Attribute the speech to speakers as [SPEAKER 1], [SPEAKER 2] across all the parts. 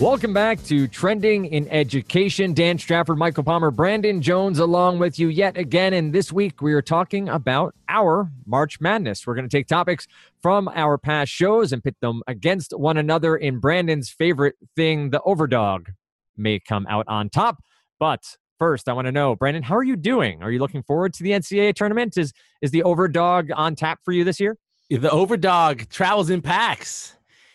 [SPEAKER 1] Welcome back to Trending in Education. Dan Strafford, Michael Palmer, Brandon Jones, along with you yet again. And this week we are talking about our March Madness. We're going to take topics from our past shows and pit them against one another in Brandon's favorite thing, the overdog may come out on top. But first, I want to know, Brandon, how are you doing? Are you looking forward to the NCAA tournament? Is is the overdog on tap for you this year?
[SPEAKER 2] The overdog travels in packs.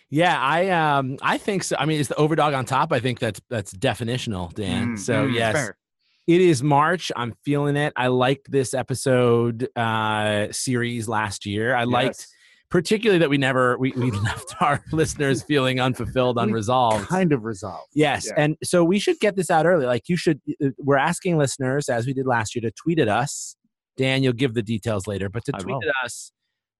[SPEAKER 2] Yeah, I um I think so. I mean, it's the overdog on top. I think that's that's definitional, Dan.
[SPEAKER 3] Mm,
[SPEAKER 2] so
[SPEAKER 3] mm,
[SPEAKER 2] yes.
[SPEAKER 3] fair.
[SPEAKER 2] It is March. I'm feeling it. I liked this episode uh series last year. I liked particularly that we never we, we left our listeners feeling unfulfilled,
[SPEAKER 3] We
[SPEAKER 2] unresolved.
[SPEAKER 3] kind of resolved.
[SPEAKER 2] Yes.
[SPEAKER 3] Yeah.
[SPEAKER 2] And so we should get this out early. Like you should, uh, we're asking listeners, as we did last year, to tweet at us. Dan, you'll give the details later, but to
[SPEAKER 1] I
[SPEAKER 2] tweet
[SPEAKER 1] will.
[SPEAKER 2] at us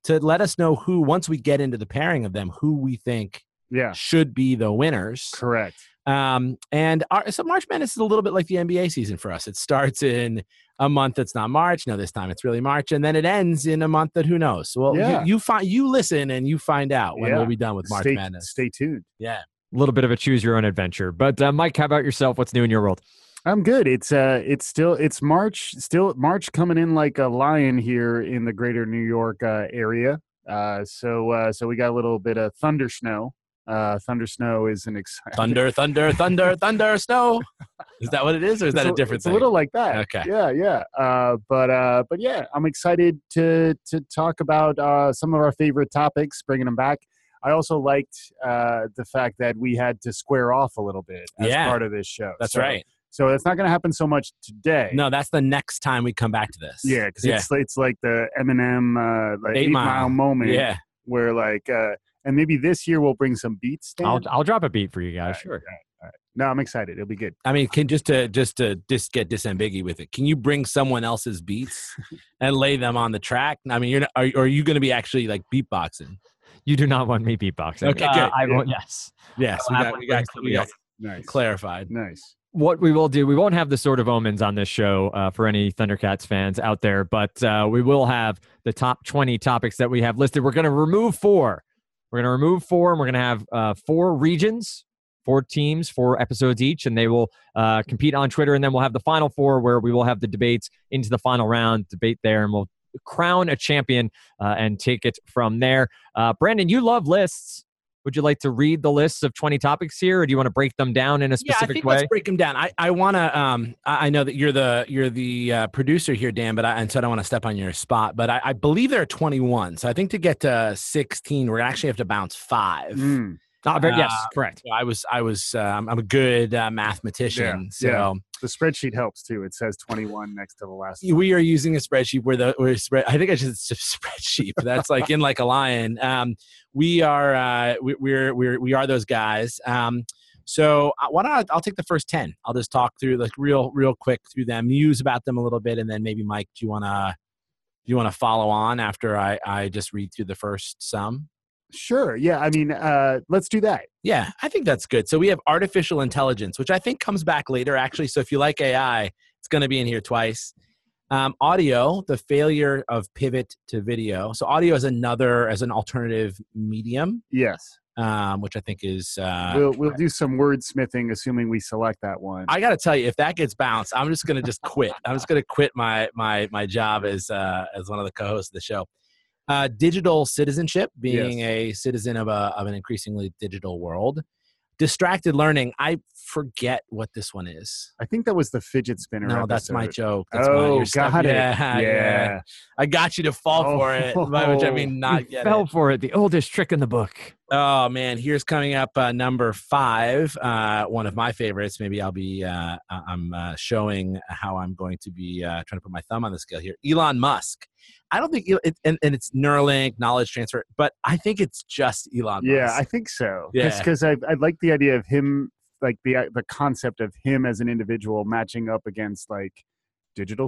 [SPEAKER 2] to let us know who, once we get into the pairing of them, who we think
[SPEAKER 3] Yeah,
[SPEAKER 2] should be the winners.
[SPEAKER 3] correct.
[SPEAKER 2] Um, and our, so March Madness is a little bit like the NBA season for us. It starts in a month that's not March. No, this time it's really March, and then it ends in a month that who knows. Well, you-
[SPEAKER 3] Yeah.
[SPEAKER 2] you, find you listen and you find out when
[SPEAKER 3] Yeah.
[SPEAKER 2] we'll be done with March
[SPEAKER 3] Stay,
[SPEAKER 2] Madness.
[SPEAKER 3] stay tuned.
[SPEAKER 2] Yeah.
[SPEAKER 1] A little bit of a choose your own adventure. But uh, Mike, how about yourself? What's new in your world?
[SPEAKER 3] I'm good. It's uh, it's still it's March. Still March coming in like a lion here in the greater New York uh, area. Uh, so uh, so we got a little bit of thunder snow. Uh, thunder snow is an exciting.
[SPEAKER 2] thunder, thunder, thunder, thunder, snow. Is that what it is, or is that a different
[SPEAKER 3] it's
[SPEAKER 2] thing?
[SPEAKER 3] A little like that.
[SPEAKER 2] Okay.
[SPEAKER 3] Yeah, yeah. Uh, but uh, but yeah, I'm excited to to talk about uh, some of our favorite topics, bringing them back. I also liked uh, the fact that we had to square off a little bit as
[SPEAKER 2] Yeah.
[SPEAKER 3] part of this show.
[SPEAKER 2] That's
[SPEAKER 3] So-
[SPEAKER 2] right.
[SPEAKER 3] So it's not going to happen so much today.
[SPEAKER 2] No, that's the next time we come back to this.
[SPEAKER 3] Yeah, because
[SPEAKER 2] yeah,
[SPEAKER 3] it's it's like the Eminem uh, like
[SPEAKER 2] Eight
[SPEAKER 3] eight,
[SPEAKER 2] Mile.
[SPEAKER 3] mile. moment
[SPEAKER 2] yeah.
[SPEAKER 3] where like uh, and maybe this year we'll bring some beats. Dan.
[SPEAKER 1] I'll I'll drop a beat for you guys. Sure.
[SPEAKER 3] no, I'm excited. It'll be good.
[SPEAKER 2] I mean, can just to just to just get disambiguous with it. Can you bring someone else's beats and lay them on the track? I mean, you're not, are, are you going to be actually like beatboxing?
[SPEAKER 1] You do not want me beatboxing.
[SPEAKER 2] Okay,
[SPEAKER 1] Uh,
[SPEAKER 2] good.
[SPEAKER 1] I will, yes.
[SPEAKER 2] Yes,
[SPEAKER 3] Oh,
[SPEAKER 2] we
[SPEAKER 1] I'll
[SPEAKER 2] got,
[SPEAKER 1] have
[SPEAKER 2] we got,
[SPEAKER 1] one
[SPEAKER 2] we got
[SPEAKER 3] Nice,
[SPEAKER 2] clarified.
[SPEAKER 3] nice.
[SPEAKER 1] What we will do, we won't have the sort of omens on this show uh, for any Thundercats fans out there, but uh, we will have the top 20 topics that we have listed. We're going to remove four. We're going to remove four, and we're going to have uh, four regions, four teams, four episodes each, and they will uh, compete on Twitter. And then we'll have the final four where we will have the debates into the final round, debate there, and we'll crown a champion uh, and take it from there. Uh, Brandon, you love lists. Would you like to read the lists of 20 topics here, or do you want to break them down in a
[SPEAKER 2] Yeah, I
[SPEAKER 1] specific
[SPEAKER 2] think
[SPEAKER 1] way?
[SPEAKER 2] let's break them down. I, I want to. Um, I, I know that you're the you're the uh, producer here, Dan, but I, and so I don't want to step on your spot. But I, I believe there are 21. So I think to get to 16, we're gonna actually have to bounce five.
[SPEAKER 3] Mm,
[SPEAKER 1] Ah, very- yes,
[SPEAKER 2] Uh,
[SPEAKER 1] correct.
[SPEAKER 2] So I was I was um, I'm a good uh, mathematician,
[SPEAKER 3] Yeah,
[SPEAKER 2] so.
[SPEAKER 3] yeah. the spreadsheet helps too. It says 21 next to the last. one.
[SPEAKER 2] we are using a spreadsheet where the where spread i think i should say spreadsheet but that's like in like a lion um we are uh we, we're we're we are those guys um so uh, why not i'll take the first 10 i'll just talk through like real real quick through them muse about them a little bit and then maybe mike do you want to do you want to follow on after i i just read through the first some
[SPEAKER 3] Sure. Yeah. I mean, uh, let's do that.
[SPEAKER 2] yeah i think that's good so we have artificial intelligence which i think comes back later actually so if you like ai It's going to be in here twice. Um, audio, the failure of pivot to video. So audio is another as an alternative medium,
[SPEAKER 3] Yes.
[SPEAKER 2] um, which I think is. Uh,
[SPEAKER 3] we'll we'll do some wordsmithing, assuming we select that one.
[SPEAKER 2] I got to tell you, if that gets bounced, I'm just going to just quit. I'm just going to quit my my my job as uh, as one of the co-hosts of the show. Uh, digital citizenship, being
[SPEAKER 3] Yes.
[SPEAKER 2] a citizen of a of an increasingly digital world. Distracted learning. I forget what this one is.
[SPEAKER 3] I think that was the fidget spinner.
[SPEAKER 2] No, that's my ah,
[SPEAKER 3] episode.
[SPEAKER 2] joke. That's
[SPEAKER 3] oh,
[SPEAKER 2] my,
[SPEAKER 3] got it. Yeah. Oh,
[SPEAKER 2] I got you to fall for it, by which I mean
[SPEAKER 1] I
[SPEAKER 2] not get
[SPEAKER 1] fell
[SPEAKER 2] it.
[SPEAKER 1] for it. The oldest trick in the book.
[SPEAKER 2] Oh man, here's coming up uh, number five, uh, one of my favorites. Maybe I'll be uh, I- I'm uh, showing how I'm going to be uh, trying to put my thumb on the scale here. Elon Musk. I don't think El- it, and, and it's Neuralink knowledge transfer, but I think it's just Elon.
[SPEAKER 3] Yeah, I
[SPEAKER 2] Musk.
[SPEAKER 3] think so.
[SPEAKER 2] Yeah.
[SPEAKER 3] because I I like the idea of him, like the the concept of him as an individual matching up against like digital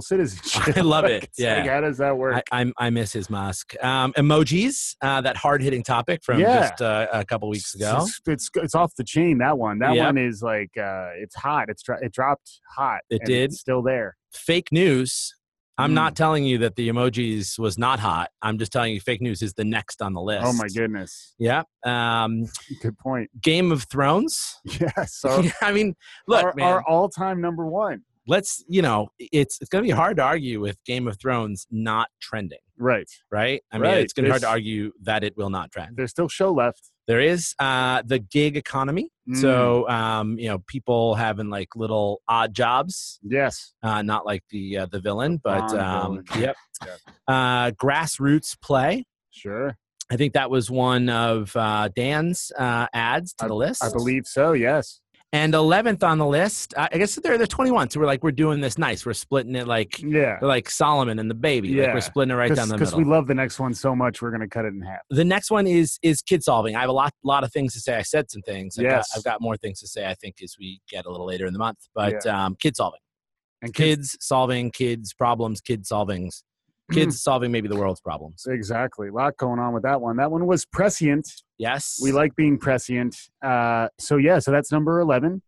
[SPEAKER 3] citizenship.
[SPEAKER 2] I love
[SPEAKER 3] Like,
[SPEAKER 2] it.
[SPEAKER 3] it's like,
[SPEAKER 2] Yeah.
[SPEAKER 3] how does that work?
[SPEAKER 2] I, I'm- I miss his Musk um, emojis. Uh, that hard hitting topic from
[SPEAKER 3] Yeah.
[SPEAKER 2] just uh, a couple weeks ago.
[SPEAKER 3] It's, it's it's off the chain. That one. That
[SPEAKER 2] Yep.
[SPEAKER 3] one is like uh, it's hot. It's dro- it dropped hot.
[SPEAKER 2] It
[SPEAKER 3] and
[SPEAKER 2] did.
[SPEAKER 3] It's still there.
[SPEAKER 2] fake news. I'm
[SPEAKER 3] Mm.
[SPEAKER 2] not telling you that the emojis was not hot. I'm just telling you fake news is the next on the list.
[SPEAKER 3] Oh my goodness.
[SPEAKER 2] Yeah. Um,
[SPEAKER 3] Good point.
[SPEAKER 2] Game of Thrones.
[SPEAKER 3] Yeah. So
[SPEAKER 2] I mean, look,
[SPEAKER 3] our,
[SPEAKER 2] man.
[SPEAKER 3] our all-time number one.
[SPEAKER 2] let's you know, it's it's gonna be hard to argue with Game of Thrones not trending,
[SPEAKER 3] Right.
[SPEAKER 2] right? I mean,
[SPEAKER 3] Right.
[SPEAKER 2] it's gonna be hard to
[SPEAKER 3] There's-
[SPEAKER 2] argue that it will not trend.
[SPEAKER 3] There's still show left.
[SPEAKER 2] There is uh, the gig economy.
[SPEAKER 3] Mm.
[SPEAKER 2] So um, you know, people having like little odd jobs,
[SPEAKER 3] Yes.
[SPEAKER 2] uh, not like the uh, the villain, but
[SPEAKER 3] Bond
[SPEAKER 2] um,
[SPEAKER 3] villain.
[SPEAKER 2] yep. Uh, grassroots play.
[SPEAKER 3] Sure.
[SPEAKER 2] I think that was one of uh, Dan's uh, ads to the list.
[SPEAKER 3] I believe so. Yes.
[SPEAKER 2] And eleventh on the list, I I guess they're they're twenty one. So we're like we're doing this nice. We're splitting it like
[SPEAKER 3] Yeah.
[SPEAKER 2] like Solomon and the baby. Like
[SPEAKER 3] Yeah.
[SPEAKER 2] we're splitting it right down the
[SPEAKER 3] Because
[SPEAKER 2] middle.
[SPEAKER 3] we love the next one so much, we're going to cut it in half.
[SPEAKER 2] the next one is is kid solving. I have a lot lot of things to say. I said some things. I've,
[SPEAKER 3] Yes.
[SPEAKER 2] got, I've got more things to say. I think as we get a little later in the month. But um, kid solving.
[SPEAKER 3] And kids-
[SPEAKER 2] kids solving kids problems kids solvings kids solving maybe the world's problems
[SPEAKER 3] Exactly. A lot going on with that one. That one was prescient.
[SPEAKER 2] yes
[SPEAKER 3] We like being prescient. Uh, so, yeah, so that's number 11.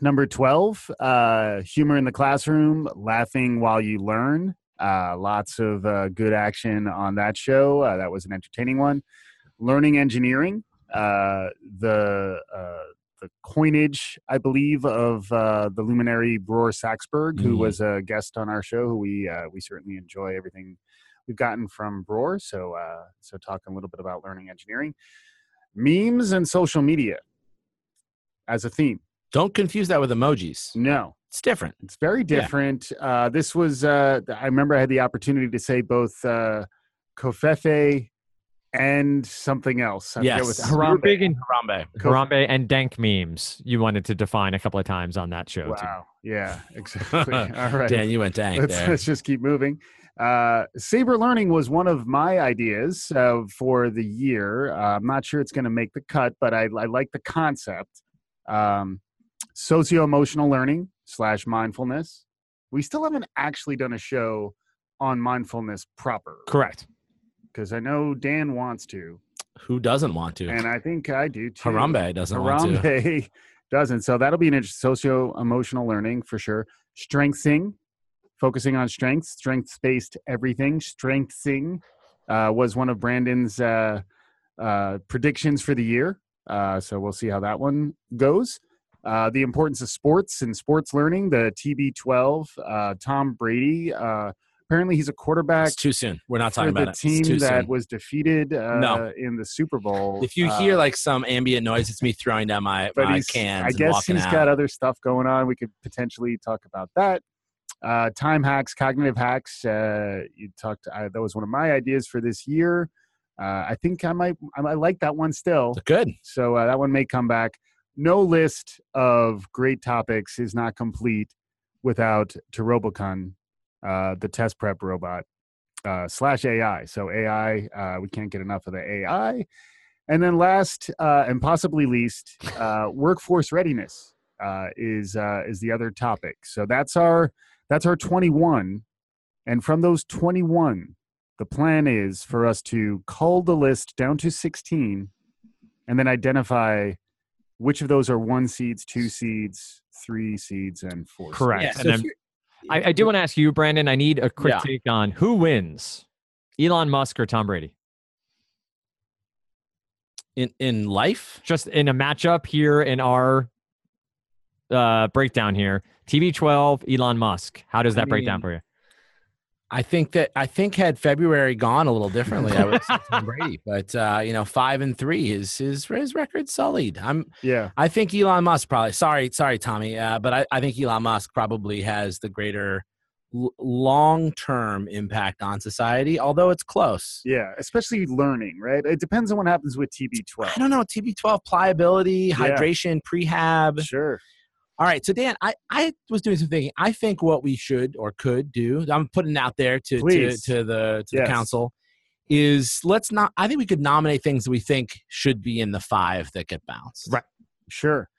[SPEAKER 3] Number 12, uh, humor in the classroom, laughing while you learn. Uh, lots of uh, good action on that show. Uh, that was an entertaining one. Learning engineering, uh, the, uh, the coinage, I believe, of uh, the luminary Brewer Saxberg, who
[SPEAKER 2] Mhm.
[SPEAKER 3] was a guest on our show, who we, uh, we certainly enjoy everything we've gotten from Brewer. So, uh, so talking a little bit about learning engineering, memes, and social media as a theme.
[SPEAKER 2] don't confuse that with emojis
[SPEAKER 3] No,
[SPEAKER 2] it's different
[SPEAKER 3] it's very
[SPEAKER 2] Yeah.
[SPEAKER 3] different. Uh, this was, uh, I remember I had the opportunity to say both uh, Kofefe and something else. I forget
[SPEAKER 2] Yes.
[SPEAKER 3] what-
[SPEAKER 2] You
[SPEAKER 1] You were big in
[SPEAKER 2] harambe
[SPEAKER 3] Cool.
[SPEAKER 1] Harambe and dank memes. You wanted to define a couple of times on that show. Too.
[SPEAKER 3] Wow. Yeah, exactly. All right.
[SPEAKER 2] dan you went dang
[SPEAKER 3] let's,
[SPEAKER 2] there
[SPEAKER 3] let's just keep moving. Uh, Saber Learning was one of my ideas uh, for the year. Uh, I'm not sure it's going to make the cut, but I, I like the concept. Um, Socio emotional learning slash mindfulness. We still haven't actually done a show on mindfulness proper
[SPEAKER 1] Correct.
[SPEAKER 3] because I know Dan wants to,
[SPEAKER 2] who doesn't want to
[SPEAKER 3] and I think I do too.
[SPEAKER 2] harambe doesn't want to
[SPEAKER 3] Harambe doesn't. So that'll be an interesting socio emotional learning for sure. Strengthing, focusing on strengths, strengths based everything. Strengthing uh, was one of Brandon's uh, uh, predictions for the year. Uh, so we'll see how that one goes. Uh, the importance of sports and sports learning, the TB12, uh, Tom Brady. Uh, apparently, he's a quarterback.
[SPEAKER 2] it's too soon we're not
[SPEAKER 3] For
[SPEAKER 2] talking
[SPEAKER 3] the
[SPEAKER 2] about it
[SPEAKER 3] team
[SPEAKER 2] it's too
[SPEAKER 3] that
[SPEAKER 2] soon
[SPEAKER 3] was defeated uh,
[SPEAKER 2] No.
[SPEAKER 3] in the Super Bowl.
[SPEAKER 2] if you
[SPEAKER 3] uh,
[SPEAKER 2] hear like some ambient noise it's me throwing down my,
[SPEAKER 3] but
[SPEAKER 2] my
[SPEAKER 3] he's,
[SPEAKER 2] cans
[SPEAKER 3] I
[SPEAKER 2] and
[SPEAKER 3] guess
[SPEAKER 2] walking
[SPEAKER 3] he's
[SPEAKER 2] out
[SPEAKER 3] got other stuff going on. We could potentially talk about that. Uh, time hacks, cognitive hacks. Uh, you talked. I, that was one of my ideas for this year. Uh, I think I might. I, might like that one still.
[SPEAKER 2] good
[SPEAKER 3] So uh, that one may come back. No list of great topics is not complete without Terobocon, uh, the test prep robot uh, slash AI. So AI, uh, we can't get enough of the AI. And then last uh, and possibly least, uh, workforce readiness uh, is uh, is the other topic. So that's our that's our 21, and from those 21, the plan is for us to cull the list down to 16, and then identify which of those are one seeds, two seeds, three seeds, and four. seeds.
[SPEAKER 1] Correct.
[SPEAKER 2] Yeah,
[SPEAKER 1] And
[SPEAKER 2] so
[SPEAKER 1] then-
[SPEAKER 2] if you're-
[SPEAKER 1] I, I do want to ask you, Brandon. I need a quick
[SPEAKER 2] Yeah.
[SPEAKER 1] take on who wins, Elon Musk or Tom Brady.
[SPEAKER 2] in, in life
[SPEAKER 1] Just in a matchup here in our uh, breakdown here, TB12, Elon Musk. How does
[SPEAKER 2] I
[SPEAKER 1] that break down
[SPEAKER 2] mean,
[SPEAKER 1] for you?
[SPEAKER 2] I think that I think had February gone a little differently, I would say Tom Brady. But uh, you know, five and three is his his record sullied. I'm
[SPEAKER 3] Yeah.
[SPEAKER 2] I think Elon Musk probably sorry sorry Tommy, uh, but I, I think Elon Musk probably has the greater l- long term impact on society. Although it's close,
[SPEAKER 3] Yeah, especially learning, right? It depends on what happens with TB12.
[SPEAKER 2] I don't know TB12 pliability,
[SPEAKER 3] Yeah.
[SPEAKER 2] hydration, prehab.
[SPEAKER 3] Sure.
[SPEAKER 2] All right, so Dan, I, I was doing some thinking. I think what we should or could do, I'm putting it out there to to,
[SPEAKER 3] Please.
[SPEAKER 2] to the to
[SPEAKER 3] Yes.
[SPEAKER 2] the council, is let's not. I think we could nominate things that we think should be in the five that get bounced,
[SPEAKER 1] Right.
[SPEAKER 3] Sure.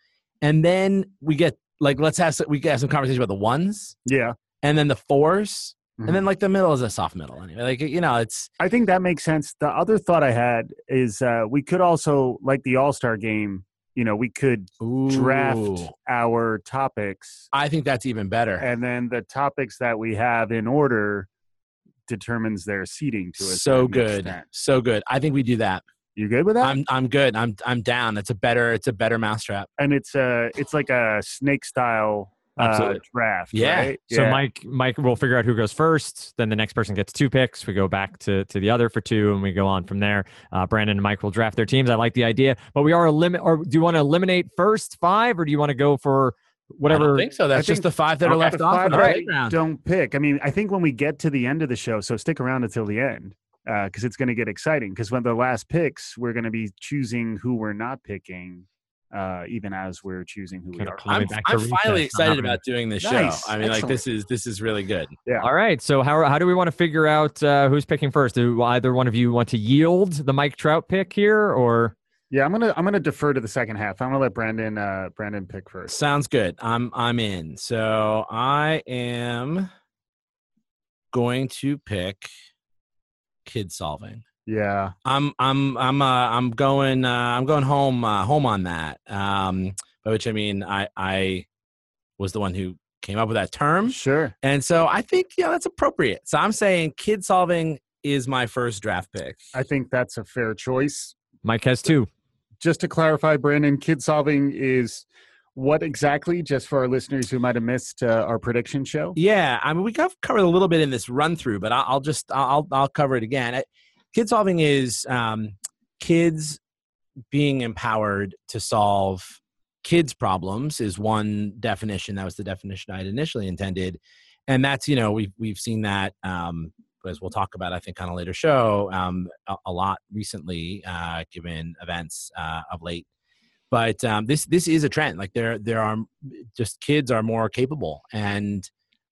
[SPEAKER 2] And then we get like let's have some- we can have some conversation about the ones,
[SPEAKER 3] Yeah.
[SPEAKER 2] and then the 4s
[SPEAKER 3] Mhm.
[SPEAKER 2] and then like the middle is a soft middle anyway. Like you know, it's
[SPEAKER 3] mm-hmm. I think that makes sense. The other thought I had is uh, we could also, like the All Star game, you know, we could draft
[SPEAKER 2] Ooh.
[SPEAKER 3] our topics
[SPEAKER 2] I think that's even better.
[SPEAKER 3] and then the topics that we have in order determines their seating to us.
[SPEAKER 2] so good, so good. I think we do that.
[SPEAKER 3] You good with that?
[SPEAKER 2] I'm I'm good. I'm I'm down. That's a better. It's a better mousetrap.
[SPEAKER 3] and it's uh it's like a snake style uh,
[SPEAKER 2] Absolutely.
[SPEAKER 3] draft.
[SPEAKER 2] Yeah.
[SPEAKER 3] right?
[SPEAKER 1] So
[SPEAKER 3] Yeah.
[SPEAKER 1] Mike, Mike, we'll figure out who goes first. Then the next person gets two picks. We go back to to the other for two, and we go on from there. Uh, Brandon and Mike will draft their teams. I like the idea, but we are limit. Or do you want to eliminate first five, or do you want to go for
[SPEAKER 2] I don't
[SPEAKER 1] whatever?
[SPEAKER 2] think so. That's
[SPEAKER 3] I
[SPEAKER 2] just the five that
[SPEAKER 3] Okay.
[SPEAKER 2] are left
[SPEAKER 3] The
[SPEAKER 2] off.
[SPEAKER 3] five
[SPEAKER 2] in the
[SPEAKER 3] that I
[SPEAKER 2] playground.
[SPEAKER 3] don't pick. I mean, I think when we get to the end of the show, so stick around until the end because it's going to get exciting. Because when the last picks, we're going to be choosing who we're not picking, uh, even as we're choosing who we
[SPEAKER 1] Kinda
[SPEAKER 3] are.
[SPEAKER 1] pull me
[SPEAKER 2] I'm,
[SPEAKER 1] back to
[SPEAKER 2] I'm
[SPEAKER 1] recess
[SPEAKER 2] finally
[SPEAKER 1] on
[SPEAKER 2] excited
[SPEAKER 1] that one.
[SPEAKER 2] about doing this show.
[SPEAKER 3] Nice.
[SPEAKER 2] I mean, like this is this is really good.
[SPEAKER 1] All right. So how how do we want to figure out uh, who's picking first? Do either one of you want to yield the Mike Trout pick here, or
[SPEAKER 3] Yeah, I'm gonna I'm gonna defer to the second half. I'm gonna let Brandon uh, Brandon pick first.
[SPEAKER 2] Sounds good. I'm I'm in. So I am going to pick kid solving.
[SPEAKER 3] Yeah,
[SPEAKER 2] I'm I'm I'm uh, I'm going uh, I'm going home uh, home on that. Um, by which I mean I I was the one who came up with that term,
[SPEAKER 3] sure.
[SPEAKER 2] and so I think yeah that's appropriate. So I'm saying kid solving is my first draft pick.
[SPEAKER 3] I think that's a fair choice.
[SPEAKER 1] Mike has two?
[SPEAKER 3] Just to clarify, Brandon, kid solving is what exactly? Just for our listeners who might have missed uh, our prediction show.
[SPEAKER 2] Yeah, I mean, we got covered a little bit in this run through, but I'll, I'll just I'll I'll cover it again. I- Kid solving is um, kids being empowered to solve kids' problems is one definition. That was the definition I had initially intended, and that's you know we've we've seen that um, as we'll talk about I think on a later show um, a, a lot recently, uh, given events uh, of late but um, this this is a trend. Like there there are just kids are more capable and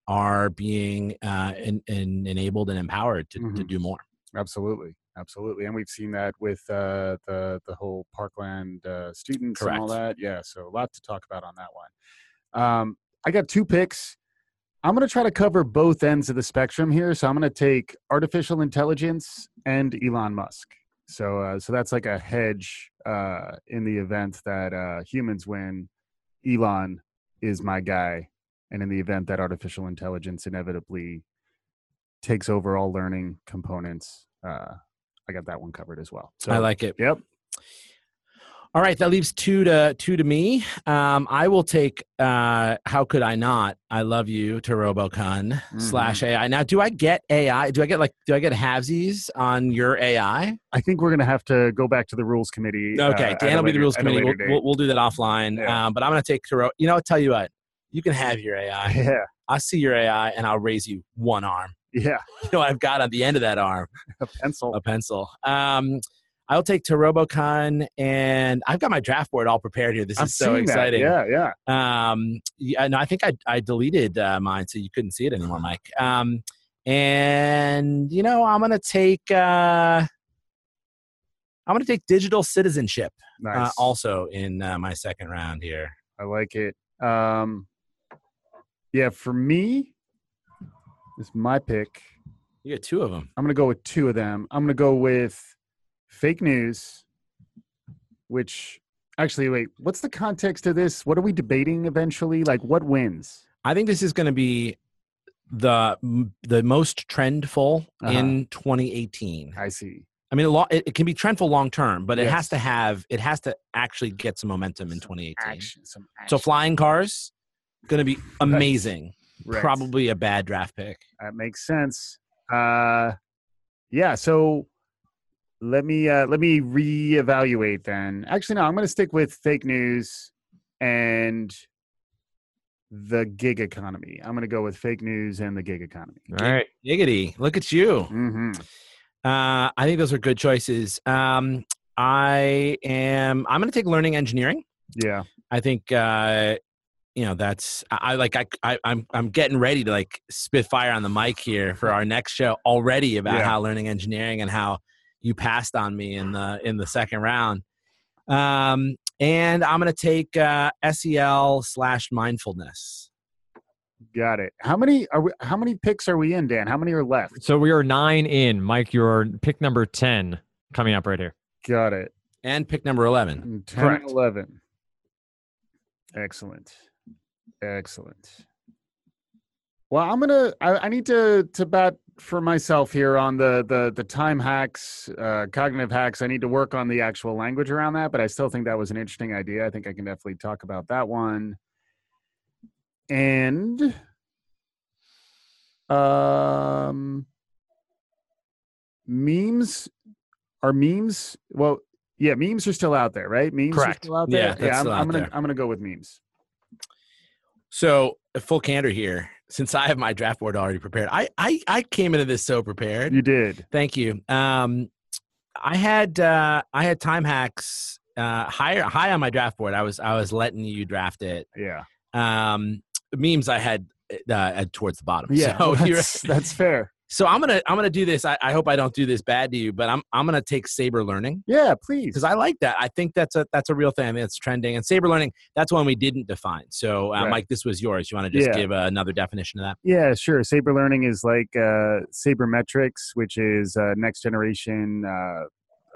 [SPEAKER 2] are being uh, en- en- enabled and empowered to, to
[SPEAKER 3] Mhm.
[SPEAKER 2] do more.
[SPEAKER 3] Absolutely, absolutely, and we've seen that with uh, the the whole Parkland uh, students and all that. Yeah, so a lot to talk about on that one. Um, I got two picks. I'm going to try to cover both ends of the spectrum here. So I'm going to take artificial intelligence and Elon Musk. So uh, so that's like a hedge uh, in the event that uh, humans win. Elon is my guy, and in the event that artificial intelligence inevitably takes over all learning components. Uh, I got that one covered as well. So
[SPEAKER 2] I like it.
[SPEAKER 3] Yep.
[SPEAKER 2] All right, that leaves two to two to me. Um, I will take. Uh, how could I not? I love you to RoboCon slash
[SPEAKER 3] Mm-hmm.
[SPEAKER 2] AI. Now, do I get AI? Do I get like? Do I get halvesies on your AI?
[SPEAKER 3] I think we're gonna have to go back to the rules committee.
[SPEAKER 2] Okay,
[SPEAKER 3] uh, at a
[SPEAKER 2] Dan will be
[SPEAKER 3] later-
[SPEAKER 2] the rules
[SPEAKER 3] at a
[SPEAKER 2] committee. We'll,
[SPEAKER 3] later
[SPEAKER 2] we'll, we'll do that offline.
[SPEAKER 3] Yeah.
[SPEAKER 2] Um, but I'm going to take Turo. You know, I'll tell you what. You can have your AI.
[SPEAKER 3] date. yeah,
[SPEAKER 2] I see your AI and I'll raise you one arm.
[SPEAKER 3] yeah,
[SPEAKER 2] You know what I've got on the end of that arm?
[SPEAKER 3] a pencil.
[SPEAKER 2] A pencil. Um, I'll take to Robocon and I've got my draft board all prepared here. This
[SPEAKER 3] I'm
[SPEAKER 2] is so
[SPEAKER 3] seeing that.
[SPEAKER 2] exciting.
[SPEAKER 3] Yeah, yeah.
[SPEAKER 2] Um, yeah, no, I think I, I deleted uh, mine so you couldn't see it anymore,
[SPEAKER 3] Uh-huh.
[SPEAKER 2] Mike. Um, and you know, I'm gonna take uh, I'm gonna take digital citizenship
[SPEAKER 3] Nice.
[SPEAKER 2] uh, also in uh, my second round here.
[SPEAKER 3] I like it. Um, yeah, for me, it's my pick.
[SPEAKER 2] You get two of them.
[SPEAKER 3] I'm gonna go with two of them. I'm gonna go with fake news, which actually, wait, what's the context of this? What are we debating eventually? Like, what wins?
[SPEAKER 2] I think this is going to be the the most trendful
[SPEAKER 3] Uh-huh.
[SPEAKER 2] in 2018.
[SPEAKER 3] I see.
[SPEAKER 2] I mean, a lot, it, it can be trendful long term, but it has
[SPEAKER 3] Yes.
[SPEAKER 2] to have it has to actually get some momentum in 2018.
[SPEAKER 3] Some
[SPEAKER 2] So flying cars going to be amazing.
[SPEAKER 3] Right.
[SPEAKER 2] Probably a bad draft pick.
[SPEAKER 3] that makes sense. Uh, yeah. So let me uh, let me reevaluate then. Actually, no, I'm going to stick with fake news and the gig economy. I'm going to go with fake news and the gig economy.
[SPEAKER 1] All right.
[SPEAKER 2] Giggity! Look at you.
[SPEAKER 3] hmm
[SPEAKER 2] Uh, I think those are good choices. Um, I am. I'm going to take learning engineering.
[SPEAKER 3] Yeah.
[SPEAKER 2] I think uh, you know that's I, I like I, I I'm I'm getting ready to like spit fire on the mic here for our next show already about
[SPEAKER 3] Yeah.
[SPEAKER 2] how learning engineering and how you passed on me in the in the second round. Um, and I'm gonna take uh, SEL slash mindfulness.
[SPEAKER 3] Got it. How many are we, how many picks are we in, Dan? How many are left?
[SPEAKER 1] So we are nine in. Mike, your pick number ten coming up right here.
[SPEAKER 3] Got it.
[SPEAKER 2] And pick number eleven.
[SPEAKER 3] And 10
[SPEAKER 1] Correct.
[SPEAKER 3] and 11. Excellent. Excellent. Well, I'm gonna. I, I need to to bat for myself here on the the the time hacks, uh, cognitive hacks. I need to work on the actual language around that, but I still think that was an interesting idea. I think I can definitely talk about that one. And um, memes are memes. Well, yeah, memes are still out there, right? Memes
[SPEAKER 2] Correct.
[SPEAKER 3] are still out
[SPEAKER 2] Yeah,
[SPEAKER 3] there.
[SPEAKER 2] that's
[SPEAKER 3] I'm,
[SPEAKER 2] still
[SPEAKER 3] I'm
[SPEAKER 2] out
[SPEAKER 3] gonna
[SPEAKER 2] there.
[SPEAKER 3] I'm gonna go with memes.
[SPEAKER 2] So, a full candor here, since I have my draft board already prepared, I I, I came into this so prepared.
[SPEAKER 3] You did.
[SPEAKER 2] Thank you. Um, I had uh, I had time hacks uh, higher high on my draft board. I was I was letting you draft it.
[SPEAKER 3] Yeah.
[SPEAKER 2] Um, memes I had uh, at towards the bottom.
[SPEAKER 3] Yeah.
[SPEAKER 2] So, you're-
[SPEAKER 3] that's, that's fair.
[SPEAKER 2] so I'm gonna I'm gonna do this. I, I hope I don't do this bad to you, but I'm I'm gonna take saber learning
[SPEAKER 3] Yeah, please.
[SPEAKER 2] because I like that. I think that's a that's a real thing. I mean, it's trending and saber learning. That's one we didn't define. So, uh,
[SPEAKER 3] Right.
[SPEAKER 2] Mike, this was yours. You want to just
[SPEAKER 3] Yeah.
[SPEAKER 2] give uh, another definition of that?
[SPEAKER 3] Yeah, sure. Saber learning is like uh, sabermetrics, which is uh, next generation uh,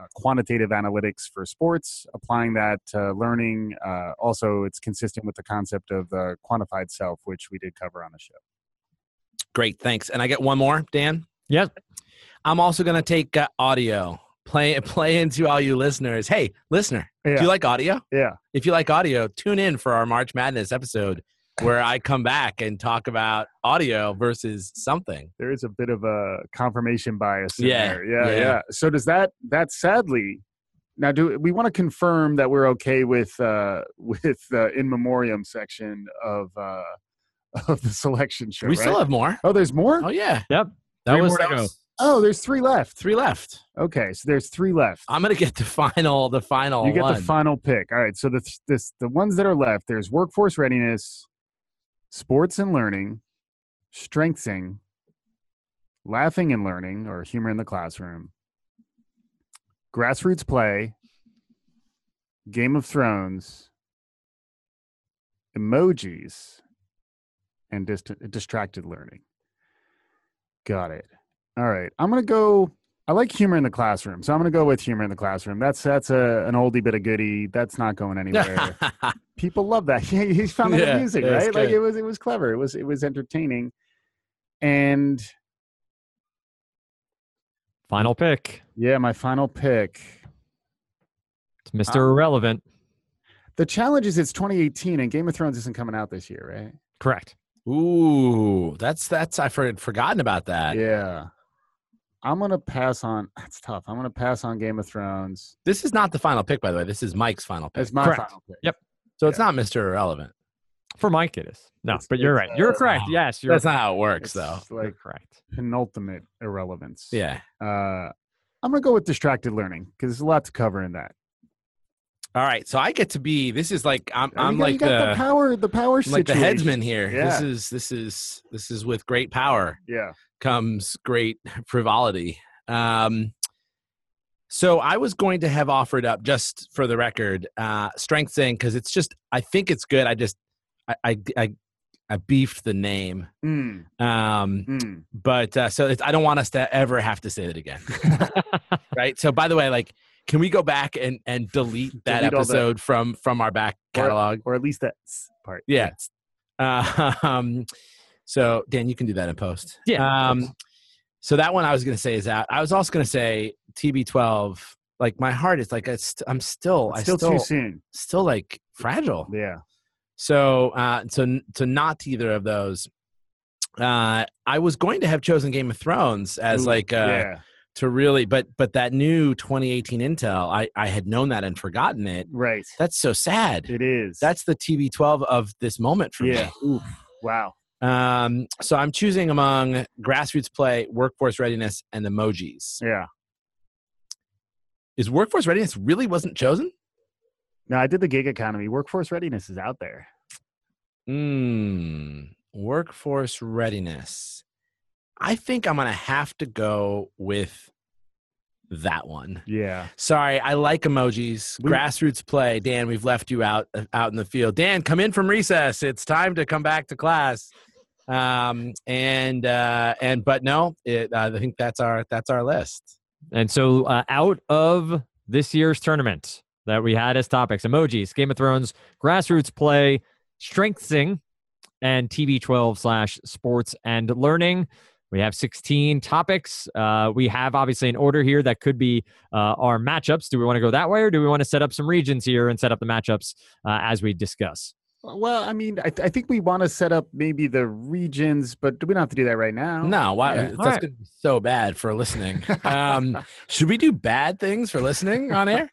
[SPEAKER 3] uh, quantitative analytics for sports. Applying that to learning, uh, also, it's consistent with the concept of the quantified self, which we did cover on the show.
[SPEAKER 2] Great, thanks. And I get one more, Dan.
[SPEAKER 1] Yeah.
[SPEAKER 2] I'm also going to take uh, audio. Play play into all you listeners. Hey, listener, do
[SPEAKER 3] Yeah,
[SPEAKER 2] you like audio?
[SPEAKER 3] yeah,
[SPEAKER 2] If you like audio, tune in for our March Madness episode where I come back and talk about audio versus something.
[SPEAKER 3] there is a bit of a confirmation bias. In
[SPEAKER 2] Yeah,
[SPEAKER 3] there. yeah,
[SPEAKER 2] yeah.
[SPEAKER 3] yeah, So does that? That sadly. Now, do we want to confirm that we're okay with uh, with the in memoriam section of uh, of the selection show?
[SPEAKER 2] we
[SPEAKER 3] right?
[SPEAKER 2] still have more.
[SPEAKER 3] Oh, there's more?
[SPEAKER 2] Oh yeah.
[SPEAKER 1] Yep.
[SPEAKER 2] That
[SPEAKER 1] Three
[SPEAKER 2] was,
[SPEAKER 1] more to
[SPEAKER 2] that
[SPEAKER 1] go.
[SPEAKER 2] was
[SPEAKER 3] Oh, there's three left.
[SPEAKER 2] three left.
[SPEAKER 3] Okay, so there's three left.
[SPEAKER 2] I'm gonna get the final the final
[SPEAKER 3] you get
[SPEAKER 2] one.
[SPEAKER 3] the final pick. All right, so the th- this the ones that are left. There's workforce readiness, sports and learning, strengthening, laughing and learning, or humor in the classroom, grassroots play, Game of Thrones, emojis, and dist- distracted learning. Got it. All right, I'm gonna go. I like humor in the classroom, so I'm going to go with humor in the classroom. That's that's a an oldie bit of goodie. That's not going anywhere. People love that. Yeah, he found that
[SPEAKER 2] Yeah,
[SPEAKER 3] amusing,
[SPEAKER 2] yeah, it's
[SPEAKER 3] right? Like
[SPEAKER 2] good.
[SPEAKER 3] it was it was clever. It was it was entertaining, and
[SPEAKER 1] Final pick.
[SPEAKER 3] yeah, my final pick.
[SPEAKER 1] It's Mr. Irrelevant.
[SPEAKER 3] The challenge is it's 2018 and Game of Thrones isn't coming out this year, right?
[SPEAKER 1] Correct.
[SPEAKER 2] Ooh, that's that's I for, forgotten about that.
[SPEAKER 3] Yeah, I'm gonna pass on. That's tough. I'm gonna pass on Game of Thrones.
[SPEAKER 2] This is not the final pick, by the way. This is Mike's final pick.
[SPEAKER 3] That's my
[SPEAKER 1] Correct.
[SPEAKER 3] final pick.
[SPEAKER 2] so it's not Mr. Irrelevant.
[SPEAKER 1] For Mike, it is. No,
[SPEAKER 3] It's-
[SPEAKER 1] but you're
[SPEAKER 3] it's,
[SPEAKER 1] right. You're
[SPEAKER 3] uh,
[SPEAKER 1] correct. Yes, you're,
[SPEAKER 2] That's not how it works,
[SPEAKER 3] It's
[SPEAKER 2] though.
[SPEAKER 1] you're
[SPEAKER 3] like
[SPEAKER 1] correct.
[SPEAKER 3] penultimate irrelevance.
[SPEAKER 2] Yeah.
[SPEAKER 3] Uh, I'm gonna go with distracted learning because there's a lot to cover in that.
[SPEAKER 2] All right. So I get to be. This is like I'm.
[SPEAKER 3] Oh,
[SPEAKER 2] I'm
[SPEAKER 3] you got- you
[SPEAKER 2] like
[SPEAKER 3] got the,
[SPEAKER 2] the.
[SPEAKER 3] power, the power
[SPEAKER 2] I'm like the
[SPEAKER 3] situation.
[SPEAKER 2] headsman here. This
[SPEAKER 3] Yeah.
[SPEAKER 2] is this is this is with great power
[SPEAKER 3] Yeah,
[SPEAKER 2] comes great frivolity. Um, so I was going to have offered up just for the record, uh, strength saying because it's just I think it's good. I just I I I, I beefed the name.
[SPEAKER 3] mm,
[SPEAKER 2] Um,
[SPEAKER 3] mm.
[SPEAKER 2] but uh, so it's, I don't want us to ever have to say that again, right? So by the way, like, can we go back and and delete that
[SPEAKER 3] Delete all the-
[SPEAKER 2] episode from from our back
[SPEAKER 3] Or-
[SPEAKER 2] catalog?
[SPEAKER 3] or at least that s- part.
[SPEAKER 2] yeah. Uh, um, so Dan, you can do that in post.
[SPEAKER 1] Yeah, of
[SPEAKER 2] Um,
[SPEAKER 1] course.
[SPEAKER 2] so that one I was gonna say is out. I was also gonna say TB12. Like my heart is like I st- I'm still
[SPEAKER 3] It's
[SPEAKER 2] I
[SPEAKER 3] still,
[SPEAKER 2] still
[SPEAKER 3] too
[SPEAKER 2] still,
[SPEAKER 3] soon.
[SPEAKER 2] like fragile.
[SPEAKER 3] Yeah,
[SPEAKER 2] So uh, so so not either of those. Uh, I was going to have chosen Game of Thrones as
[SPEAKER 3] Ooh,
[SPEAKER 2] like uh,
[SPEAKER 3] yeah,
[SPEAKER 2] to really, but but that new 2018 Intel, I I had known that and forgotten it.
[SPEAKER 3] right.
[SPEAKER 2] That's so sad.
[SPEAKER 3] It is.
[SPEAKER 2] That's the TB12 of this moment for me.
[SPEAKER 3] yeah. Oof. Wow.
[SPEAKER 2] Um, so I'm choosing among grassroots play, workforce readiness, and emojis.
[SPEAKER 3] Yeah.
[SPEAKER 2] Is workforce readiness really wasn't chosen?
[SPEAKER 3] No, I did the gig economy. Workforce readiness is out there.
[SPEAKER 2] Mm, workforce readiness. I think I'm gonna have to go with that one.
[SPEAKER 3] Yeah.
[SPEAKER 2] Sorry, I like emojis.
[SPEAKER 3] We-
[SPEAKER 2] grassroots play, Dan. We've left you out uh, out in the field. Dan, come in from recess. It's time to come back to class. Um, and uh, and but no, it, uh, I think that's our that's our list.
[SPEAKER 1] And so uh, out of this year's tournament, that we had as topics emojis, Game of Thrones, grassroots play, strengthsing, and TV 12 slash sports and learning. We have 16 topics. Uh, we have obviously an order here that could be uh, our matchups. Do we want to go that way or do we want to set up some regions here and set up the matchups uh, as we discuss?
[SPEAKER 3] Well, I mean, I, th- I think we want to set up maybe the regions, but do we don't have to do that right now.
[SPEAKER 2] No, why?
[SPEAKER 3] Yeah.
[SPEAKER 2] That's
[SPEAKER 1] All right.
[SPEAKER 2] gonna be so bad for listening. Um, should we do bad things for listening on air?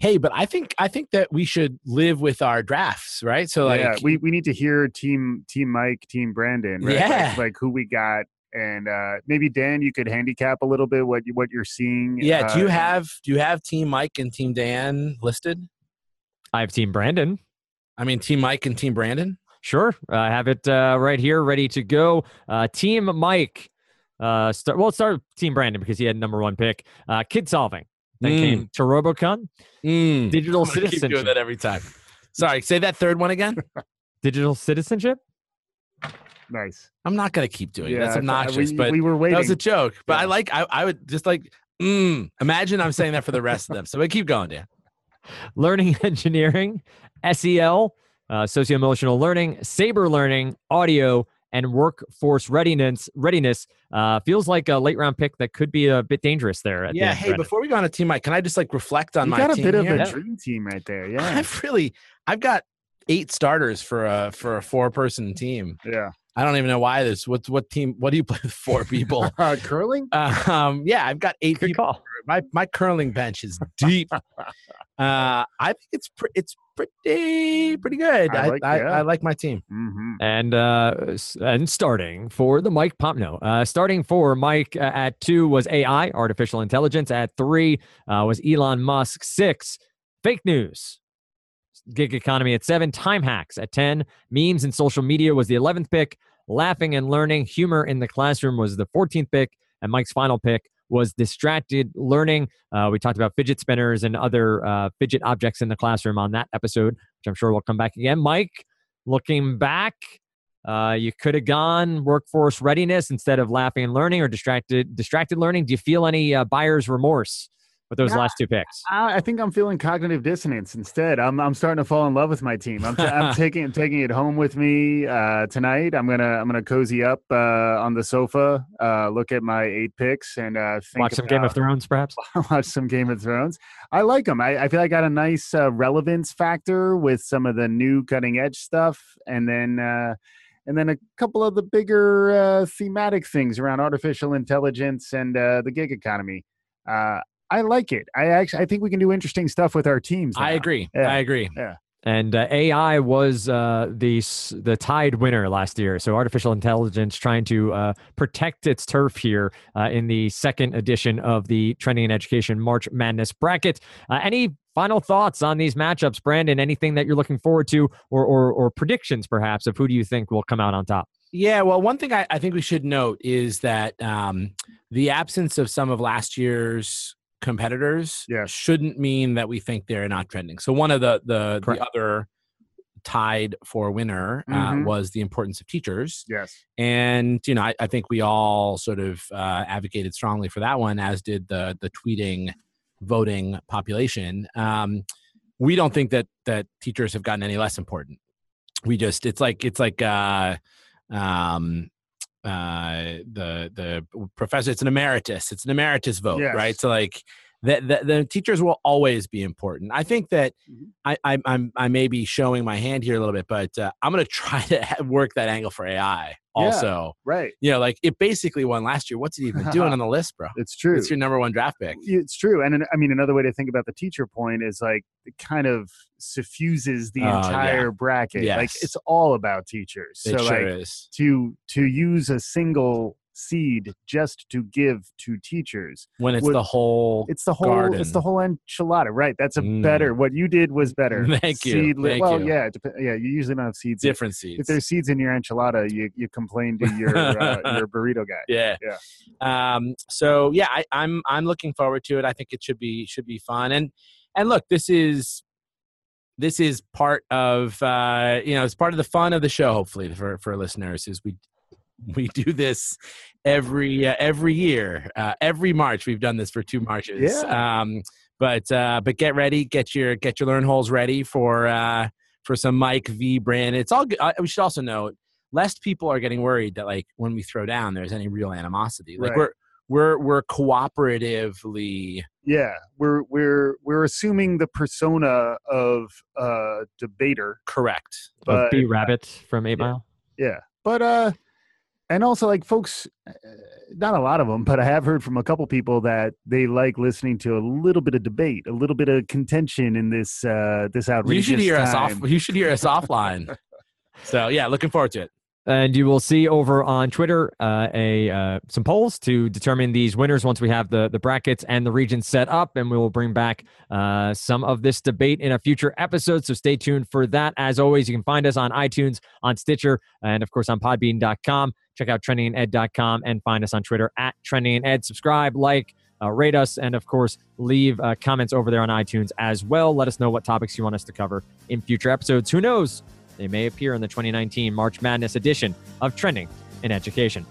[SPEAKER 2] hey, but I think I think that we should live with our drafts, right? So like,
[SPEAKER 3] yeah, we, we need to hear team team Mike, team Brandon, right? Like-
[SPEAKER 2] Yeah.
[SPEAKER 3] Like, who we got, and uh, maybe Dan, you could handicap a little bit what you, what you're seeing.
[SPEAKER 2] yeah.
[SPEAKER 3] uh,
[SPEAKER 2] Do you have do you have Team Mike and Team Dan listed?
[SPEAKER 1] I have Team Brandon.
[SPEAKER 2] I mean, Team Mike and Team Brandon.
[SPEAKER 1] Sure. I have it uh, right here, ready to go. Uh, team Mike. Uh, start, well, start with Team Brandon because he had number one pick. Uh, kid solving. Then
[SPEAKER 2] Mm.
[SPEAKER 1] came to Robocon,
[SPEAKER 3] Hmm.
[SPEAKER 2] Mm.
[SPEAKER 1] digital
[SPEAKER 2] I'm gonna keep doing
[SPEAKER 1] citizenship.
[SPEAKER 2] that every time. Sorry, say that third one again.
[SPEAKER 1] Digital citizenship.
[SPEAKER 3] nice?
[SPEAKER 2] I'm not gonna keep doing it. That's
[SPEAKER 3] I thought-
[SPEAKER 2] obnoxious,
[SPEAKER 3] we,
[SPEAKER 2] but
[SPEAKER 3] we were waiting.
[SPEAKER 2] That was a joke. But I
[SPEAKER 3] Yeah.
[SPEAKER 2] like I, I would just like mm, imagine I'm saying that for the rest of them. So but keep going, Dan.
[SPEAKER 1] learning engineering, SEL, uh, socio emotional learning, saber learning, audio, and workforce readiness. Readiness uh, feels like a late round pick that could be a bit dangerous there. At the
[SPEAKER 2] Yeah.
[SPEAKER 1] end,
[SPEAKER 2] Hey,
[SPEAKER 1] Brendan.
[SPEAKER 2] before we go on to team Mike, can I just like reflect on
[SPEAKER 3] you
[SPEAKER 2] my
[SPEAKER 3] got a
[SPEAKER 2] team
[SPEAKER 3] bit of
[SPEAKER 2] here?
[SPEAKER 3] a dream team right there. Yeah,
[SPEAKER 2] I've really I've got eight starters for a for a four person team.
[SPEAKER 3] yeah.
[SPEAKER 2] I don't even know why this. What what team? What do you play with four people?
[SPEAKER 3] Uh, curling.
[SPEAKER 2] Uh, um, yeah, I've got eight
[SPEAKER 1] good
[SPEAKER 2] people.
[SPEAKER 1] call.
[SPEAKER 2] My my curling bench is deep. uh, I think it's pre- it's pretty pretty good.
[SPEAKER 3] I
[SPEAKER 2] I
[SPEAKER 3] like-
[SPEAKER 2] I,
[SPEAKER 3] yeah.
[SPEAKER 2] I like my team.
[SPEAKER 3] hmm
[SPEAKER 1] And uh, s- and starting for the Mike Popno, uh, starting for Mike uh, at two was AI, artificial intelligence. At three uh, was Elon Musk. Six, fake news. Gig economy at seven. Time hacks at ten. Memes and social media was the eleventh pick. Laughing and learning, humor in the classroom was the fourteenth pick. And Mike's final pick was distracted learning. Uh, we talked about fidget spinners and other uh, fidget objects in the classroom on that episode, which I'm sure will come back again. Mike looking back, uh, you could have gone workforce readiness instead of laughing and learning or distracted distracted learning. Do you feel any uh, buyer's remorse with those
[SPEAKER 3] Yeah.
[SPEAKER 1] last two picks?
[SPEAKER 3] I, I think I'm feeling cognitive dissonance instead. I'm I'm starting to fall in love with my team. I'm, t- I'm taking taking it home with me uh, tonight. I'm gonna I'm gonna cozy up uh, on the sofa, uh, look at my eight picks, and uh, think
[SPEAKER 1] Watch some Game
[SPEAKER 3] about-
[SPEAKER 1] of Thrones, perhaps.
[SPEAKER 3] watch some Game of Thrones. I like them. I, I feel I got a nice uh, relevance factor with some of the new cutting edge stuff, and then uh, and then a couple of the bigger uh, thematic things around artificial intelligence and uh, the gig economy. Uh, I like it. I actually I think we can do interesting stuff with our teams.
[SPEAKER 2] I
[SPEAKER 3] now.
[SPEAKER 2] agree.
[SPEAKER 3] Yeah.
[SPEAKER 2] I agree.
[SPEAKER 1] And uh, AI was uh, the s- the tide winner last year. So artificial intelligence trying to uh, protect its turf here uh, in the second edition of the Trending in Education March Madness bracket. Uh, any final thoughts on these matchups, Brandon? Anything that you're looking forward to, or or, or predictions perhaps of who do you think will come out on top?
[SPEAKER 2] Yeah, well, one thing I, I think we should note is that um, the absence of some of last year's competitors
[SPEAKER 3] Yes.
[SPEAKER 2] shouldn't mean that we think they're not trending. So one of the the,
[SPEAKER 1] Correct.
[SPEAKER 2] the other tied for winner
[SPEAKER 3] Mhm.
[SPEAKER 2] uh, was the importance of teachers,
[SPEAKER 3] Yes.
[SPEAKER 2] and you know I, I think we all sort of uh, advocated strongly for that one, as did the the tweeting voting population. Um, we don't think that that teachers have gotten any less important. We just it's like it's like uh, um, uh, the the professor. It's an emeritus. It's an emeritus vote,
[SPEAKER 3] Yes.
[SPEAKER 2] right? So like that the, the teachers will always be important. I think that
[SPEAKER 3] Mhm.
[SPEAKER 2] I, I I'm I may be showing my hand here a little bit, but uh, I'm going to try to ha- work that angle for AI also.
[SPEAKER 3] Right.
[SPEAKER 2] You know, like it basically won last year. What's it even doing on the list, bro?
[SPEAKER 3] It's true.
[SPEAKER 2] It's your number one draft pick.
[SPEAKER 3] it's true and an- i mean another way to think about the teacher point is like it kind of suffuses the
[SPEAKER 2] Oh, yeah.
[SPEAKER 3] entire bracket like
[SPEAKER 2] Yes.
[SPEAKER 3] it's all about teachers
[SPEAKER 2] It sure
[SPEAKER 3] so like
[SPEAKER 2] is.
[SPEAKER 3] to to use a single seed just to give to teachers
[SPEAKER 2] When it's
[SPEAKER 3] would-
[SPEAKER 2] the whole
[SPEAKER 3] it's the whole it's the
[SPEAKER 2] Garden.
[SPEAKER 3] whole enchilada right that's a
[SPEAKER 2] Mm.
[SPEAKER 3] better what you did was better
[SPEAKER 2] Thank you,
[SPEAKER 3] Seedli-
[SPEAKER 2] thank
[SPEAKER 3] well
[SPEAKER 2] you.
[SPEAKER 3] yeah it dep- yeah you usually don't have seeds in-
[SPEAKER 2] different seeds.
[SPEAKER 3] if there's seeds in your enchilada you you complain to your uh, your burrito guy
[SPEAKER 2] yeah um so yeah I, i'm i'm looking forward to it i think it should be should be fun and and look this is this is part of uh you know it's part of the fun of the show hopefully for for listeners is we we do this every uh, every year, uh, every March. We've done this for two marches.
[SPEAKER 3] Yeah.
[SPEAKER 2] Um, but uh, but get ready, get your get your learn holes ready for uh, for some Mike V brand. It's all. good. I- We should also note lest people are getting worried that like when we throw down, there's any real animosity. Like
[SPEAKER 3] Right.
[SPEAKER 2] we're we're we're cooperatively
[SPEAKER 3] Yeah, we're we're we're assuming the persona of uh debater,
[SPEAKER 2] correct.
[SPEAKER 1] Of
[SPEAKER 3] but
[SPEAKER 1] B Rabbit from Eight
[SPEAKER 3] yeah.
[SPEAKER 1] Mile.
[SPEAKER 3] yeah, but uh, and also like folks, uh, not a lot of them, but I have heard from a couple people that they like listening to a little bit of debate, a little bit of contention in this uh this
[SPEAKER 2] You
[SPEAKER 3] outrageous.
[SPEAKER 2] should hear us
[SPEAKER 3] time.
[SPEAKER 2] off. You should hear us offline. So yeah, looking forward to it.
[SPEAKER 1] And you will see over on Twitter uh, a uh, some polls to determine these winners once we have the the brackets and the regions set up, and we will bring back uh, some of this debate in a future episode. So stay tuned for that. As always, you can find us on iTunes, on Stitcher, and of course on Podbean.com. Check out TrendingAndEd.com and find us on Twitter at TrendingAndEd. Subscribe, like. Uh, rate us and of course leave uh, comments over there on itunes as well let us know what topics you want us to cover in future episodes who knows they may appear in the 2019 March Madness edition of Trending in Education.